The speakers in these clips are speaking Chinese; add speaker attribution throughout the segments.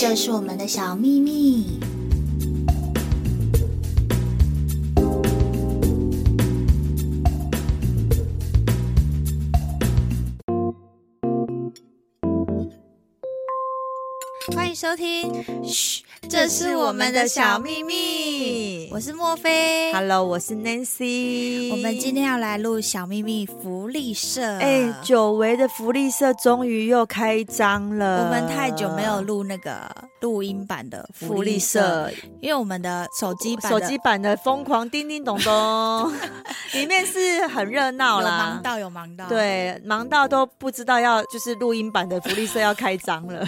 Speaker 1: 这是我们的小秘密。
Speaker 2: 欢迎收听，
Speaker 1: 嘘，
Speaker 2: 这是我们的小秘密。我是莫菲。
Speaker 1: Hello，我是 Nancy。
Speaker 2: 我们今天要来录小秘密福利社。
Speaker 1: 哎，久违的福利社终于又开张了。
Speaker 2: 我们太久没有录那个录音版的
Speaker 1: 福利，社，
Speaker 2: 因为我们的手机版
Speaker 1: 手
Speaker 2: 的
Speaker 1: 机版的疯狂叮叮咚 咚，里面是很热闹
Speaker 2: 有
Speaker 1: 啦
Speaker 2: 忙。到啊有忙到。，
Speaker 1: 对，忙到都不知道要就是录音版的福利社要开张 了，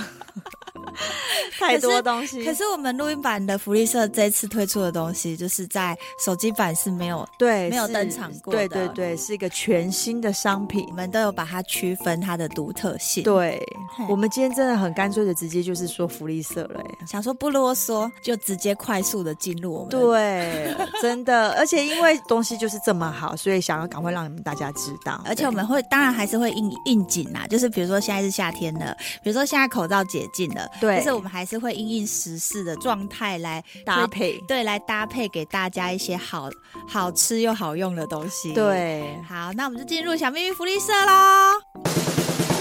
Speaker 1: 太多东西。
Speaker 2: 可是我们录音版的福利社这次推出的东西，就是在手机版是没有，
Speaker 1: 对，
Speaker 2: 没有
Speaker 1: 是
Speaker 2: 登场过
Speaker 1: 对
Speaker 2: 的
Speaker 1: 对对，是一个全新的商品
Speaker 2: 我。们都有把它区分它的独特性。，
Speaker 1: 对
Speaker 2: 嘿，
Speaker 1: 我们今天真的很干脆的，直接就是说福利社了、欸。
Speaker 2: 想说不啰嗦，就直接快速的进入我们的呃
Speaker 1: 对， 真的，而且因为东西就是这么好，所以想要赶快让你们大家知道。
Speaker 2: 而且我
Speaker 1: 对
Speaker 2: 们会当然还是会应应景啦，就是比如说现在是夏天了，比如说现在口罩解禁了，
Speaker 1: 对
Speaker 2: 就是我们还是会因应时事的状态来推，
Speaker 1: 搭配，
Speaker 2: 对，来搭配给大家一些好好吃又好用的东西。，
Speaker 1: 对，
Speaker 2: 好，那我们就进入小秘密福利社喽。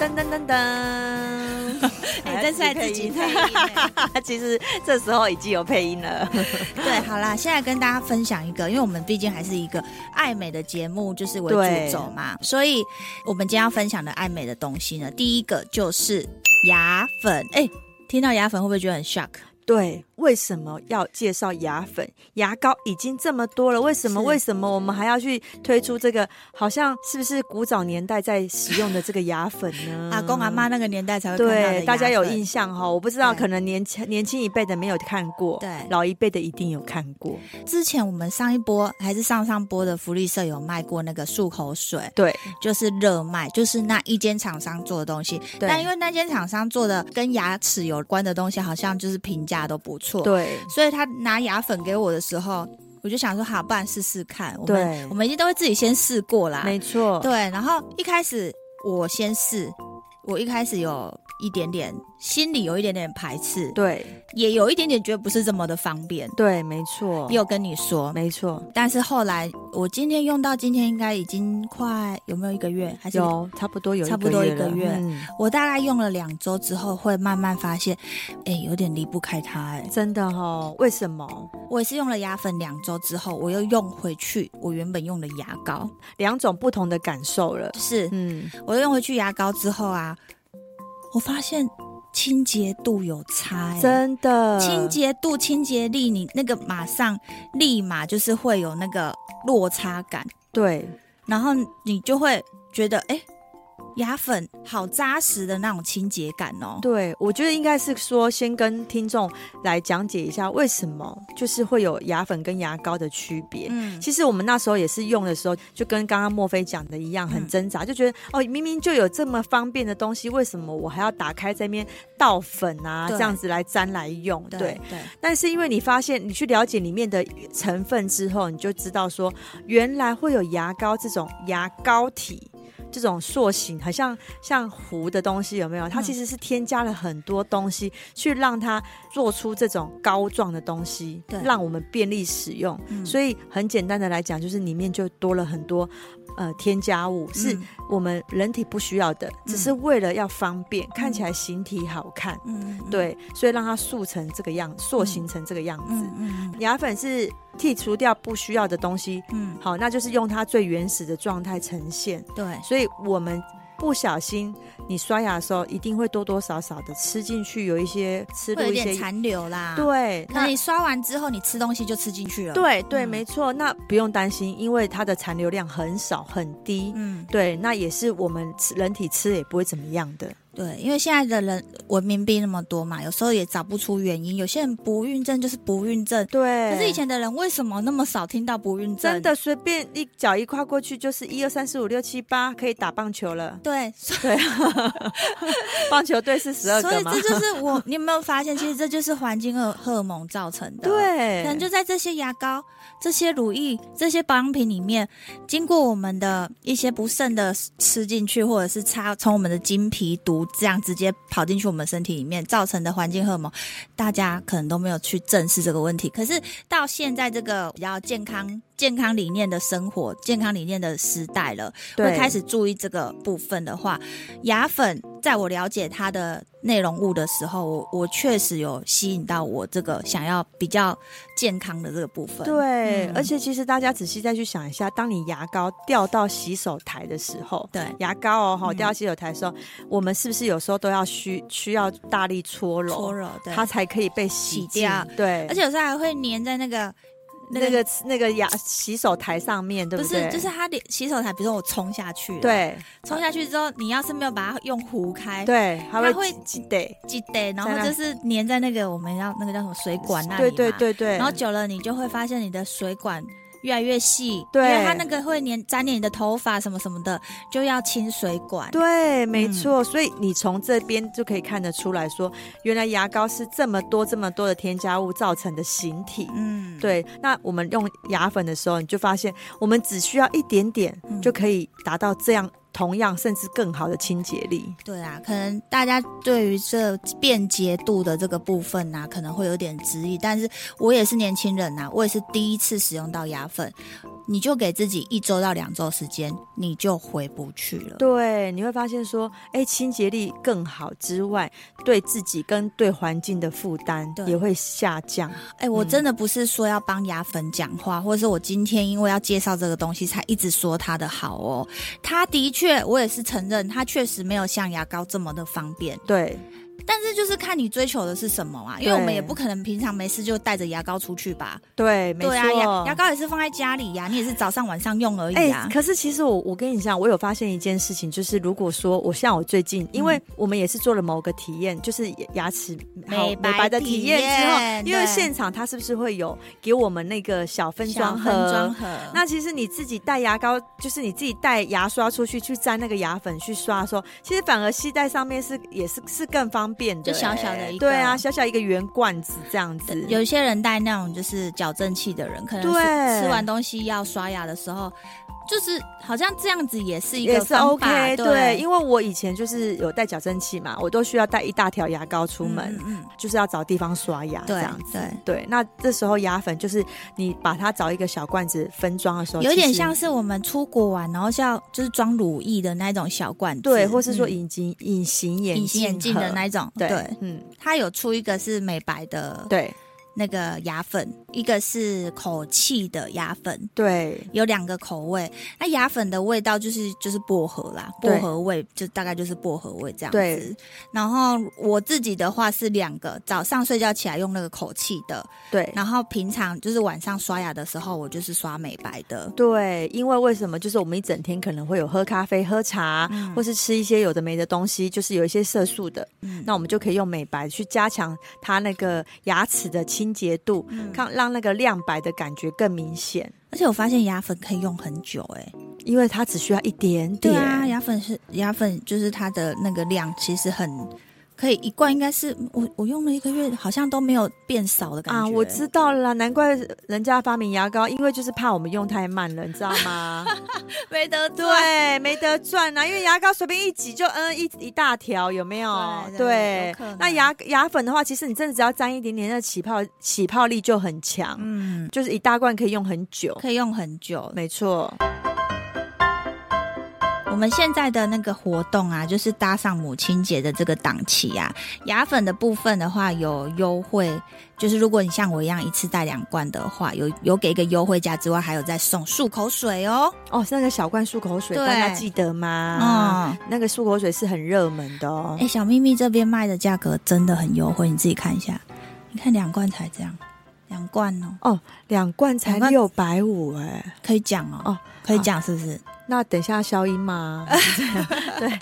Speaker 1: 噔噔噔 噔。
Speaker 2: 哎真是爱自己配音
Speaker 1: 音， 欸其实这时候已经有配音 了。
Speaker 2: 对，好啦，现在跟大家分享一个，因为我们毕竟还是一个爱美的节目，就是为
Speaker 1: 对
Speaker 2: 主轴嘛，所以我们今天要分享的爱美的东西呢，第一个就是牙粉。哎、听到牙粉会不会觉得很 shock？
Speaker 1: 对，为什么要介绍牙粉、牙膏已经这么多了？为什么？
Speaker 2: 是
Speaker 1: 为什么我们还要去推出这个好像是不是古早年代在使用的这个牙粉呢？
Speaker 2: 阿公阿妈那个年代才呃会看到的
Speaker 1: 嗯对，
Speaker 2: 牙
Speaker 1: 大家有
Speaker 2: 粉
Speaker 1: 印象哈、我不知道，
Speaker 2: 对
Speaker 1: 可能年轻年轻一辈的没有看过，
Speaker 2: 对
Speaker 1: 老一辈的一定有看过。
Speaker 2: 之前我们上一波还是上上波的福利社有卖过那个漱口水，
Speaker 1: 对，
Speaker 2: 就是热卖，就是那一间厂商做的东西。
Speaker 1: 对
Speaker 2: 但因为那间厂商做的跟牙齿有关的东西，好像就是评价都不错，
Speaker 1: 对，
Speaker 2: 所以他拿牙粉给我的时候，我就想说好，不然试试看。我
Speaker 1: 对
Speaker 2: 们我们一定都会自己先试过啦。
Speaker 1: 没错，
Speaker 2: 对，然后一开始我先试，我一开始有一点点心里有一点点排斥，
Speaker 1: 对，
Speaker 2: 也有一点点觉得不是这么的方便。
Speaker 1: 对，没错，
Speaker 2: 也有跟你说，
Speaker 1: 没错，
Speaker 2: 但是后来我今天用到今天应该已经快有没有一个月？还是
Speaker 1: 有差不多有
Speaker 2: 差不多一个
Speaker 1: 了
Speaker 2: 月
Speaker 1: 嗯
Speaker 2: 我大概用了两周之后，会慢慢发现，哎、有点离不开它、哎，
Speaker 1: 真的哈、为什么
Speaker 2: 我也是用了牙粉两周之后，我又用回去我原本用的牙膏，
Speaker 1: 两种不同的感受了？
Speaker 2: 就是
Speaker 1: 嗯，
Speaker 2: 我用回去牙膏之后啊，我发现清洁度有差、哎
Speaker 1: 真的
Speaker 2: 清洁度、清洁力，你那个马上立马就是会有那个落差感。
Speaker 1: 对，
Speaker 2: 然后你就会觉得，哎、牙粉好扎实的那种清洁感哦。
Speaker 1: 对，我觉得应该是说，先跟听众来讲解一下为什么就是会有牙粉跟牙膏的区别。
Speaker 2: 嗯，
Speaker 1: 其实我们那时候也是用的时候，就跟刚刚莫菲讲的一样，很
Speaker 2: 嗯
Speaker 1: 挣扎，就觉得哦，明明就有这么方便的东西，为什么我还要打开这边倒粉啊，
Speaker 2: 对
Speaker 1: 这样子来沾来用？对。
Speaker 2: 对对，
Speaker 1: 但是因为你发现你去了解里面的成分之后，你就知道说，原来会有牙膏这种牙膏体。这种塑形很像像糊的东西，有没有？它
Speaker 2: 嗯
Speaker 1: 其实是添加了很多东西，去让它做出这种膏状的东西
Speaker 2: 对，
Speaker 1: 让我们便利使用。
Speaker 2: 嗯
Speaker 1: 所以很简单的来讲，就是里面就多了很多呃添加物，是
Speaker 2: 嗯
Speaker 1: 我们人体不需要的，只是为了要方便，看起来形体好看。
Speaker 2: 嗯，嗯，
Speaker 1: 对，所以让它塑成这个样，塑形成这个样子。
Speaker 2: 嗯嗯
Speaker 1: 牙粉是剔除掉不需要的东西，
Speaker 2: 嗯，
Speaker 1: 好，那就是用它最原始的状态呈现。
Speaker 2: 嗯对，
Speaker 1: 所以我们不小心，你刷牙的时候一定会多多少少的吃进去，有一些吃
Speaker 2: 会
Speaker 1: 入
Speaker 2: 有
Speaker 1: 一
Speaker 2: 点
Speaker 1: 些，
Speaker 2: 残留啦。，
Speaker 1: 对，
Speaker 2: 可能
Speaker 1: 那。
Speaker 2: 你刷完之后，你吃东西就吃进去了。，
Speaker 1: 对对，
Speaker 2: 嗯
Speaker 1: 没错，那不用担心，因为它的残留量很少很低，
Speaker 2: 嗯，
Speaker 1: 对，那也是我们吃人体吃也不会怎么样的，
Speaker 2: 对，因为现在的人文明病那么多嘛，有时候也找不出原因。有些人不孕症就是不孕症，
Speaker 1: 对，
Speaker 2: 可是以前的人为什么那么少听到不孕症？
Speaker 1: 真的随便一脚一跨过去就是一二三四五六七八，可以打棒球了。
Speaker 2: 对，所
Speaker 1: 对，棒球队是十二
Speaker 2: 所
Speaker 1: 个
Speaker 2: 以
Speaker 1: 吗？
Speaker 2: 这就是 我，你有没有发现，其实这就是环境荷荷尔蒙造成的。。
Speaker 1: 对，
Speaker 2: 可能就在这些牙膏、这些乳液、这些保养品里面，经过我们的一些不慎的吃进去，或者是擦从我们的经皮毒这样直接跑进去我们身体里面造成的环境荷尔蒙，大家可能都没有去正视这个问题。可是到现在这个比较健康、健康理念的生活、健康理念的时代了，会
Speaker 1: 对
Speaker 2: 开始注意这个部分的话，牙粉在我了解它的内容物的时候，我我确实有吸引到我这个想要比较健康的这个部分。
Speaker 1: 对，
Speaker 2: 嗯
Speaker 1: 而且其实大家仔细再去想一下，当你牙膏掉到洗手台的时候，
Speaker 2: 对，
Speaker 1: 牙膏哦，哈，
Speaker 2: 嗯
Speaker 1: 掉到洗手台的时候，我们是不是有时候都要需需要大力搓揉，
Speaker 2: 搓揉对，
Speaker 1: 它才可以被洗
Speaker 2: 洗
Speaker 1: 净
Speaker 2: 掉？
Speaker 1: 对，
Speaker 2: 而且有时候还会粘在那个
Speaker 1: 那个那个牙洗手台上面，对
Speaker 2: 不
Speaker 1: 对？
Speaker 2: 是，就是它的洗手台，比如说我冲下去，，
Speaker 1: 对
Speaker 2: 冲下去之后，你要是没有把它用糊开，
Speaker 1: 对，它
Speaker 2: 哎它
Speaker 1: 会
Speaker 2: 会
Speaker 1: 挤对，
Speaker 2: 记得，然后
Speaker 1: 在那
Speaker 2: 就是粘在那个我们要那个叫什么水管那里
Speaker 1: 对
Speaker 2: 嘛，
Speaker 1: 对对对，
Speaker 2: 然后久了，你就会发现你的水管越来越细，
Speaker 1: 对
Speaker 2: 因为它那个会粘粘连你的头发什么什么的，就要清水管。
Speaker 1: 对，没
Speaker 2: 嗯
Speaker 1: 错，所以你从这边就可以看得出来说，原来牙膏是这么多这么多的添加物造成的形体。
Speaker 2: 嗯，
Speaker 1: 对，那我们用牙粉的时候，你就发现我们只需要一点点
Speaker 2: 嗯
Speaker 1: 就可以达到这样同样甚至更好的清洁力。
Speaker 2: 对啊，可能大家对于这便捷度的这个部分呢、可能会有点质疑，但是我也是年轻人呐、啊我也是第一次使用到牙粉，你就给自己一周到两周时间，你就回不去了。
Speaker 1: 对，你会发现说，哎，清洁力更好之外，对自己跟对环境的负担
Speaker 2: 对
Speaker 1: 也会下降。
Speaker 2: 哎、我
Speaker 1: 嗯
Speaker 2: 真的不是说要帮牙粉讲话，或者是我今天因为要介绍这个东西才一直说它的好哦。它的确，我也是承认，它确实没有像牙膏这么的方便，
Speaker 1: 对，
Speaker 2: 但是就是看你追求的是什么啊，因为
Speaker 1: 对
Speaker 2: 我们也不可能平常没事就带着牙膏出去吧。
Speaker 1: 对，没错。
Speaker 2: 对啊，牙牙膏也是放在家里呀、你也是早上晚上用而
Speaker 1: 哎、
Speaker 2: 已啊。
Speaker 1: 可是其实我我跟你讲，我有发现一件事情，就是如果说我像我最近，因
Speaker 2: 嗯
Speaker 1: 为我们也是做了某个体验，就是牙齿好
Speaker 2: 美
Speaker 1: 美
Speaker 2: 白
Speaker 1: 白的体验之
Speaker 2: 体验
Speaker 1: 后，因为
Speaker 2: 对
Speaker 1: 现场它是不是会有给我们那个小分
Speaker 2: 小
Speaker 1: 装盒？
Speaker 2: 分装盒，
Speaker 1: 那其实你自己带牙膏，就是你自己带牙刷出去去沾那个牙粉去刷的时候，其实反而吸在上面是也是是更方便的、
Speaker 2: 就小小的一个
Speaker 1: 对啊，小小一个圆罐子这样子。
Speaker 2: 有一些人带那种就是矫正器的人，可能
Speaker 1: 对
Speaker 2: 吃吃完东西要刷牙的时候，就是好像这样子也是一
Speaker 1: 也
Speaker 2: 个
Speaker 1: 是
Speaker 2: 方法
Speaker 1: OK，
Speaker 2: 对，
Speaker 1: 因为我以前就是有带矫正器嘛，我都需要带一大条牙膏出门，
Speaker 2: 嗯嗯
Speaker 1: 就是要找地方刷牙
Speaker 2: 嗯
Speaker 1: 这
Speaker 2: 对
Speaker 1: 样子。
Speaker 2: 对，
Speaker 1: 对，那这时候牙粉就是你把它找一个小罐子分装的时候，
Speaker 2: 有
Speaker 1: 其
Speaker 2: 点
Speaker 1: 实
Speaker 2: 像是我们出国玩，然后像就是装乳液的那种小罐子，
Speaker 1: 对，或是说
Speaker 2: 嗯
Speaker 1: 隐形隐形眼
Speaker 2: 隐形眼镜的
Speaker 1: 盒
Speaker 2: 那一种，
Speaker 1: 对
Speaker 2: 对，，
Speaker 1: 嗯，
Speaker 2: 它有出一个是美白的
Speaker 1: 对
Speaker 2: 那个牙粉，一个是口气的牙粉。
Speaker 1: 对
Speaker 2: 有两个口味，那牙粉的味道就是就是薄荷啦，
Speaker 1: 对
Speaker 2: 薄荷味就大概就是薄荷味这样子
Speaker 1: 对。
Speaker 2: 然后我自己的话是两个，早上睡觉起来用那个口气的，
Speaker 1: 对
Speaker 2: 然后平常就是晚上刷牙的时候，我就是刷美白的。
Speaker 1: 对，因为为什么？就是我们一整天可能会有喝咖啡、喝茶，或是吃一些有的没的东西，就是有一些色素的，
Speaker 2: 嗯，
Speaker 1: 那我们就可以用美白去加强它那个牙齿的清洁度，看让那个亮白的感觉更明显，
Speaker 2: 而且我发现牙粉可以用很久、欸，哎，
Speaker 1: 因为它只需要一点点。
Speaker 2: 对啊，牙粉是牙粉，就是它的那个量其实很可以一罐，应该是我我用了一个月，好像都没有变少的感觉。欸
Speaker 1: 啊，我知道了啦，难怪人家发明牙膏，因为就是怕我们用太慢了，你知道吗？
Speaker 2: 没得对 啊
Speaker 1: 对，没得赚啊，因为牙膏随便一挤就嗯一一大条，有没有？
Speaker 2: 对对有
Speaker 1: 对
Speaker 2: 可能，
Speaker 1: 那牙牙粉的话，其实你真的只要沾一点点，那起泡起泡力就很强，
Speaker 2: 嗯，
Speaker 1: 就是一大罐可以用很久。
Speaker 2: 可以用很久。
Speaker 1: 没错，
Speaker 2: 我们现在的那个活动啊，就是搭上母亲节的这个档期啊，牙粉的部分的话有优惠，就是如果你像我一样一次带两罐的话，有有给一个优惠价之外，还有再送漱口水哦。
Speaker 1: 哦，那个小罐漱口水，
Speaker 2: 对
Speaker 1: 大家记得吗？
Speaker 2: 嗯，
Speaker 1: 那个漱口水是很热门的哦
Speaker 2: 哎、。小秘密这边卖的价格真的很优惠，你自己看一下。你看两罐才这样，两罐哦，
Speaker 1: 哦，两罐才
Speaker 2: 两罐
Speaker 1: 六百五哎，
Speaker 2: 可以讲哦，
Speaker 1: 哦啊
Speaker 2: 可以讲是不是？
Speaker 1: 那等一下消音嘛，是这样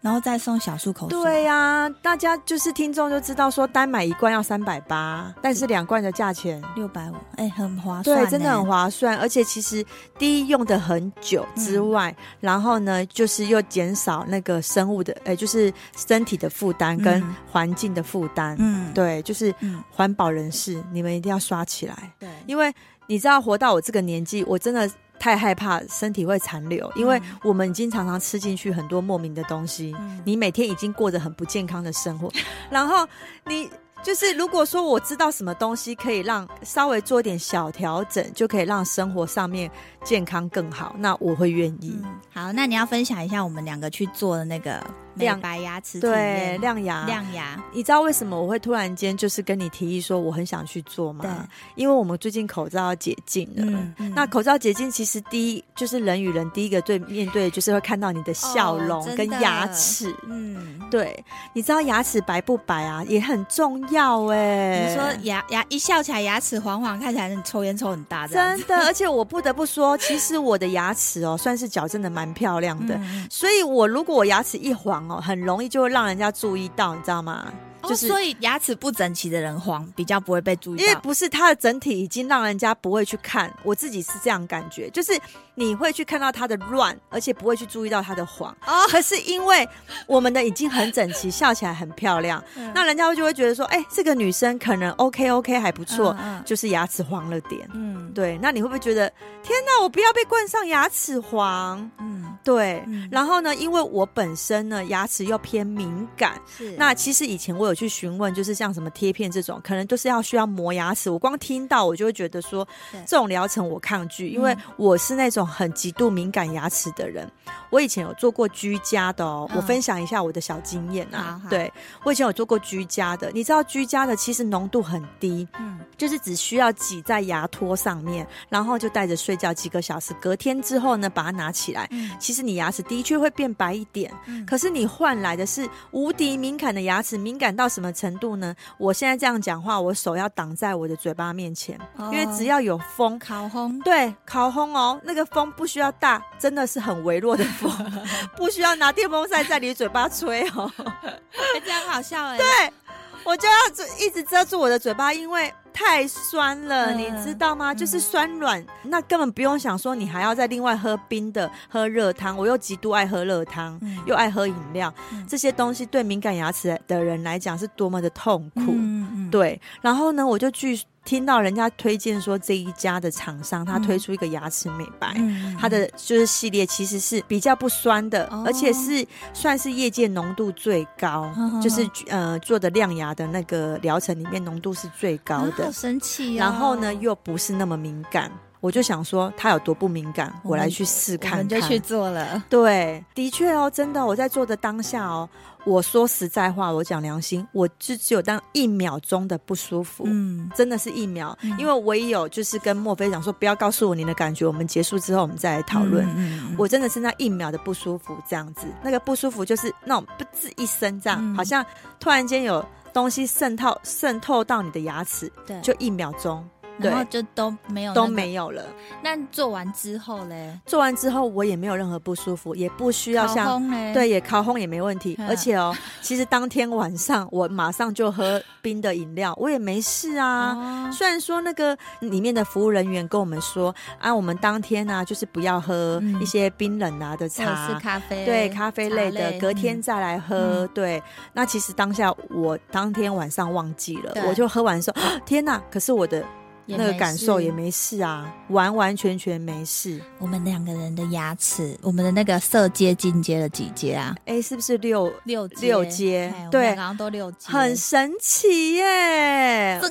Speaker 2: 然后再送小漱口水。
Speaker 1: 对呀、大家就是听众就知道说，单买一罐要三百八，但是两罐的价钱。
Speaker 2: 六百五，哎，很划算、
Speaker 1: 对，真的很。划算，而且其实第一用的很久之
Speaker 2: 嗯
Speaker 1: 外，然后呢，就是又减少那个生物的，哎、就是身体的负担跟
Speaker 2: 嗯
Speaker 1: 环境的负担。
Speaker 2: 嗯，
Speaker 1: 对，就是
Speaker 2: 嗯，
Speaker 1: 环保人士，你们一定要刷起来，
Speaker 2: 对，
Speaker 1: 因为你知道，活到我这个年纪，我真的太害怕身体会残留，因为
Speaker 2: 嗯
Speaker 1: 我们已经常常吃进去很多莫名的东西，
Speaker 2: 嗯
Speaker 1: 你每天已经过着很不健康的生活， 然后你。就是如果说我知道什么东西可以让稍微做一点小调整，就可以让生活上面健康更好，那我会愿意。
Speaker 2: 嗯好，那你要分享一下我们两个去做的那个美
Speaker 1: 亮
Speaker 2: 白牙齿体
Speaker 1: 对，
Speaker 2: 验
Speaker 1: 亮牙，
Speaker 2: 亮牙，
Speaker 1: 你知道为什么我会突然间就是跟你提议说我很想去做
Speaker 2: 对，
Speaker 1: 吗？因为我们最近口罩要解禁了。
Speaker 2: 嗯，嗯
Speaker 1: 呃那口罩解禁，其实第一就是人与人第一个最面对，就是会看到你的笑容
Speaker 2: 哦真的
Speaker 1: 跟牙齿。
Speaker 2: 嗯。
Speaker 1: 对，你知道牙齿白不白啊，也很重要哎、
Speaker 2: 你说牙牙一笑起来牙齿黄黄，看起来你抽烟抽很大这样
Speaker 1: 真
Speaker 2: 子，
Speaker 1: 的，而且我不得不说，其实我的牙齿哦，算是矫正的蛮漂亮的。
Speaker 2: 嗯
Speaker 1: 所以我如果我牙齿一黄哦，很容易就会让人家注意到，你知道吗？
Speaker 2: 就
Speaker 1: 就是
Speaker 2: 是、所以牙齿不整齐的人黄比较不会被注意
Speaker 1: 因为
Speaker 2: 到，
Speaker 1: 不是它的整体已经让人家不会去看，我自己是这样感觉，就是你会去看到它的乱，而且不会去注意到它的黄。
Speaker 2: 哦
Speaker 1: 可是因为我们的已经很整齐，笑起来很漂亮，
Speaker 2: 嗯
Speaker 1: 那人家就会觉得说，哎、这个女生可能 OK OK 还不错，
Speaker 2: 嗯
Speaker 1: 就是牙齿黄了点。
Speaker 2: 嗯
Speaker 1: 对，那你会不会觉得天哪，我不要被冠上牙齿黄？
Speaker 2: 嗯，
Speaker 1: 对，
Speaker 2: 嗯
Speaker 1: 然后呢，因为我本身呢牙齿又偏敏感，
Speaker 2: 是
Speaker 1: 那其实以前我有去询问，就是像什么贴片这种，可能都是要需要磨牙齿。我光听到我就会觉得说
Speaker 2: 对，
Speaker 1: 这种疗程我抗拒，因为
Speaker 2: 嗯
Speaker 1: 我是那种很极度敏感牙齿的人。我以前有做过居家的哦，
Speaker 2: 嗯
Speaker 1: 我分享一下我的小经验啊。
Speaker 2: 好好
Speaker 1: 对我以前有做过居家的，你知道居家的其实浓度很低，
Speaker 2: 嗯
Speaker 1: 就是只需要挤在牙托上面，然后就带着睡觉几个小时，隔天之后呢把它拿起来。
Speaker 2: 嗯
Speaker 1: 其实你牙齿的确会变白一点，
Speaker 2: 嗯
Speaker 1: 可是你换来的是无敌敏感的牙齿，敏感到什么程度呢？我现在这样讲话，我手要挡在我的嘴巴面前，
Speaker 2: 哦
Speaker 1: 因为只要有风。
Speaker 2: 烤烘
Speaker 1: 对，烤烘哦，那个风不需要大，真的是很微弱的风， 不需要拿电风扇在你嘴巴吹哦。
Speaker 2: 哎这样好笑哎，
Speaker 1: 啊
Speaker 2: 对，
Speaker 1: 我就要遮一直遮住我的嘴巴，因为太酸了，
Speaker 2: 嗯
Speaker 1: 你知道吗？就是酸软，那根本不用想说，你还要再另外喝冰的、喝热汤。我又极度爱喝热汤，
Speaker 2: 嗯
Speaker 1: 又爱喝饮料，
Speaker 2: 嗯
Speaker 1: 这些东西对敏感牙齿的人来讲是多么的痛苦。
Speaker 2: 嗯，
Speaker 1: 对，然后呢，我就去听到人家推荐说这一家的厂商，他推出一个牙齿美白。
Speaker 2: 嗯
Speaker 1: 它的就是系列其实是比较不酸的，
Speaker 2: 哦
Speaker 1: 而且是算是业界浓度最高，
Speaker 2: 嗯嗯
Speaker 1: 就是呃做的亮牙的那个疗程里面浓度是最高
Speaker 2: 啊
Speaker 1: 的，
Speaker 2: 好神奇哦。
Speaker 1: 然后呢又不是那么敏感。我就想说它有多不敏感，
Speaker 2: 我们
Speaker 1: 我来去试
Speaker 2: 我
Speaker 1: 看
Speaker 2: 们
Speaker 1: 看
Speaker 2: 就。去做了，
Speaker 1: 对，的确哦，真的，我在做的当下哦，我说实在话，我讲良心，我就只有当一秒钟的不舒服。
Speaker 2: 嗯，
Speaker 1: 真的是一秒，
Speaker 2: 嗯
Speaker 1: 因为我也有就是跟墨菲讲说，不要告诉我你的感觉，我们结束之后我们再来讨论。
Speaker 2: 嗯，
Speaker 1: 我真的是那一秒的不舒服，这样子，那个不舒服就是那种不吱一声，这样、
Speaker 2: 嗯
Speaker 1: 好像突然间有东西渗透渗透到你的牙齿，
Speaker 2: 对，
Speaker 1: 就一秒钟
Speaker 2: 嗯然后
Speaker 1: 对
Speaker 2: 就都没有
Speaker 1: 都
Speaker 2: 那个。
Speaker 1: 没有了。
Speaker 2: 那做完之后嘞，
Speaker 1: 做完之后我也没有任何不舒服，也不需要
Speaker 2: 烤
Speaker 1: 像。
Speaker 2: 烘嘞，
Speaker 1: 对，也烤烘也没问题，
Speaker 2: 嗯
Speaker 1: 而且哦，其实当天晚上我马上就喝冰的饮料，我也没事啊。
Speaker 2: 哦，
Speaker 1: 虽然说那个里面的服务人员跟我们说啊，我们当天呢、啊、就是不要喝
Speaker 2: 嗯
Speaker 1: 一些冰冷啊
Speaker 2: 或者
Speaker 1: 的茶，
Speaker 2: 是咖啡，
Speaker 1: 对咖啡类
Speaker 2: 茶
Speaker 1: 的，隔天
Speaker 2: 嗯
Speaker 1: 再来喝。对，那其实当下我当天晚上忘记了
Speaker 2: 对，
Speaker 1: 我就喝完说，啊天哪！可是我的
Speaker 2: 也
Speaker 1: 那个
Speaker 2: 没
Speaker 1: 感受
Speaker 2: 事
Speaker 1: 也没事啊，完完全全没事。
Speaker 2: 我们两个人的牙齿，我们的那个色阶进阶了几阶啊？
Speaker 1: 哎，是不是六
Speaker 2: 六阶
Speaker 1: 六阶
Speaker 2: 哎我们
Speaker 1: 对
Speaker 2: 两个好像都六阶，嗯
Speaker 1: 很神奇耶？
Speaker 2: 增，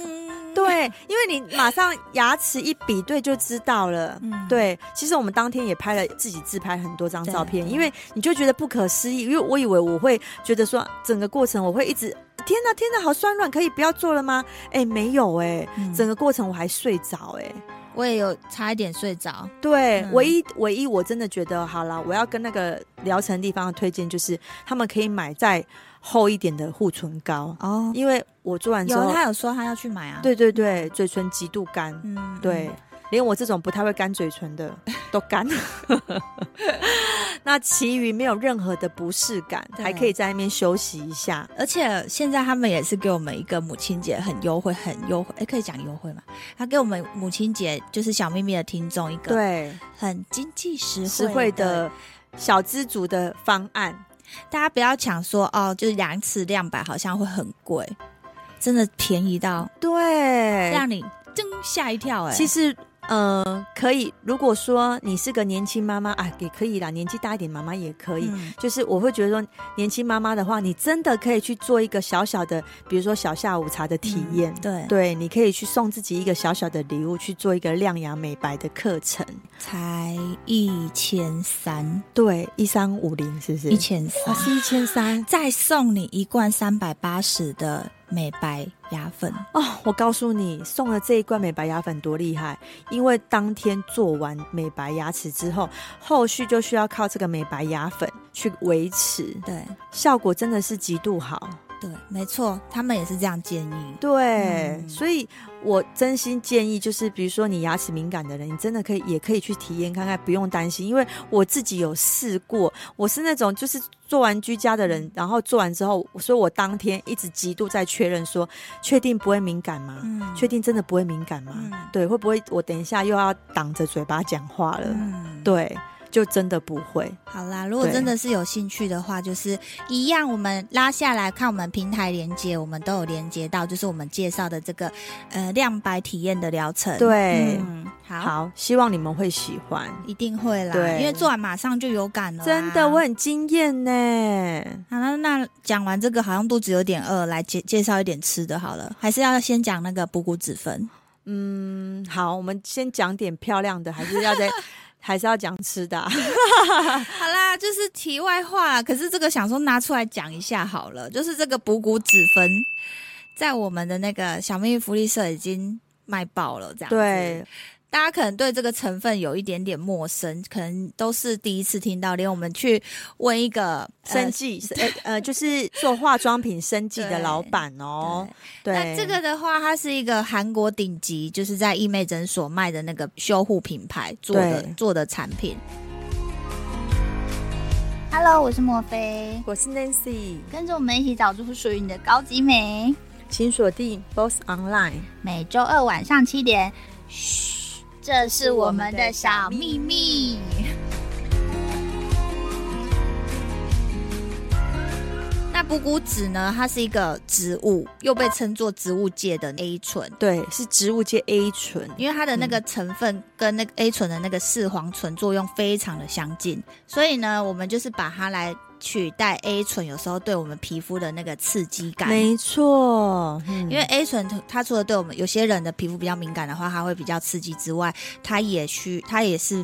Speaker 1: 对，因为你马上牙齿一比对就知道了。
Speaker 2: 嗯，
Speaker 1: 对，其实我们当天也拍了自己自拍很多张照片，
Speaker 2: 对
Speaker 1: 因为你就觉得不可思议，因为我以为我会觉得说整个过程我会一直天哪天哪好酸软，可以不要做了吗？哎，没有哎、
Speaker 2: 嗯
Speaker 1: 整个过程我还睡着哎、
Speaker 2: 我也有差一点睡着，
Speaker 1: 对，
Speaker 2: 嗯
Speaker 1: 唯一唯一我真的觉得好了，我要跟那个疗程地方的推荐就是他们可以买再厚一点的护唇膏，
Speaker 2: 哦，
Speaker 1: 因为我做完之
Speaker 2: 有
Speaker 1: 后，
Speaker 2: 他有说他要去买啊，，
Speaker 1: 对对对，嘴唇极度干，
Speaker 2: 嗯，
Speaker 1: 对
Speaker 2: 嗯。
Speaker 1: 连我这种不太会干嘴唇 的都干。那其余没有任何的不适感，
Speaker 2: 对
Speaker 1: 还可以在那边休息一下。
Speaker 2: 而且现在他们也是给我们一个母亲节很优惠，很优惠，哎，可以讲优惠吗？他给我们母亲节就是小秘密的听众一个
Speaker 1: 对，
Speaker 2: 很经济实惠
Speaker 1: 实惠的小资族的方案，
Speaker 2: 大家不要想说哦，就是两次两百好像会很贵，真的便宜到
Speaker 1: 对，
Speaker 2: 让你噔吓一跳哎、
Speaker 1: 其实，呃，可以。如果说你是个年轻妈妈啊，也可以啦，年纪大一点妈妈也可以。
Speaker 2: 嗯
Speaker 1: 就是我会觉得说，年轻妈妈的话，你真的可以去做一个小小的，比如说小下午茶的体验。
Speaker 2: 嗯对，
Speaker 1: 对，你可以去送自己一个小小的礼物，去做一个亮牙美白的课程。
Speaker 2: 才一千三，
Speaker 1: 对，一三五零是不是？
Speaker 2: 一千三
Speaker 1: 啊，，是一千三
Speaker 2: 再送你一罐三百八十的美白牙粉，
Speaker 1: 哦！我告诉你，送了这一罐美白牙粉多厉害，因为当天做完美白牙齿之后，后续就需要靠这个美白牙粉去维持。
Speaker 2: 对
Speaker 1: 效果真的是极度好。
Speaker 2: 对，没错，他们也是这样建议。
Speaker 1: 对，
Speaker 2: 嗯
Speaker 1: 所以我真心建议，就是比如说你牙齿敏感的人，你真的可以也可以去体验看看，不用担心，因为我自己有试过，我是那种就是做完居家的
Speaker 2: 嗯
Speaker 1: 人，然后做完之后，所以我当天一直极度在确认说，确定不会敏感吗？
Speaker 2: 嗯
Speaker 1: 确定真的不会敏感吗？
Speaker 2: 嗯
Speaker 1: 对，会不会我等一下又要挡着嘴巴讲话了？
Speaker 2: 嗯，
Speaker 1: 对，就真的不会。
Speaker 2: 好啦，如果
Speaker 1: 对
Speaker 2: 真的是有兴趣的话，就是一样，我们拉下来看我们平台连接，我们都有连接到，就是我们介绍的这个呃亮白体验的疗程。
Speaker 1: 对
Speaker 2: 嗯，好，
Speaker 1: 好，希望你们会喜欢。
Speaker 2: 一定会啦，
Speaker 1: 对
Speaker 2: 因为做完马上就有感了啊、
Speaker 1: 真的，我很惊艳呢。
Speaker 2: 好了，那讲完这个，好像肚子有点饿，来介介绍一点吃的好了，还是要先讲那个补骨脂粉。
Speaker 1: 嗯，好，我们先讲点漂亮的，还是要再 还是要讲吃的、啊。
Speaker 2: 好啦，就是题外话啦。可是这个想说拿出来讲一下好了，就是这个补骨脂粉，在我们的那个小秘密福利社已经卖爆了，这样子
Speaker 1: 对，
Speaker 2: 大家可能对这个成分有一点点陌生，可能都是第一次听到。连我们去问一个
Speaker 1: 生计， 是呃呃，就是做化妆品生计的老板哦。
Speaker 2: 对那
Speaker 1: 对，
Speaker 2: 这个的话，它是一个韩国顶级，就是在医美诊所卖的那个修护品牌做的
Speaker 1: 对
Speaker 2: 做的产品。
Speaker 3: Hello，我是莫菲，
Speaker 1: 我是 Nancy，
Speaker 3: 跟着我们一起找出属于你的高级美。
Speaker 1: 请锁定 Boss Online。
Speaker 3: 每周二晚上七点，嘘，这是我们的小秘密。
Speaker 2: 那补骨脂呢？它是一个植物，又被称作植物界的 A 醇。
Speaker 1: 对，是植物界 A 醇，
Speaker 2: 因为它的那
Speaker 1: 嗯
Speaker 2: 个成分跟那个 A 醇的那个四黄醇作用非常的相近，所以呢，我们就是把它来取代 A 醇，有时候对我们皮肤的那个刺激感。
Speaker 1: 没错。
Speaker 2: 因为 A 醇它除了对我们有些人的皮肤比较敏感的话，它会比较刺激之外，它也需它也是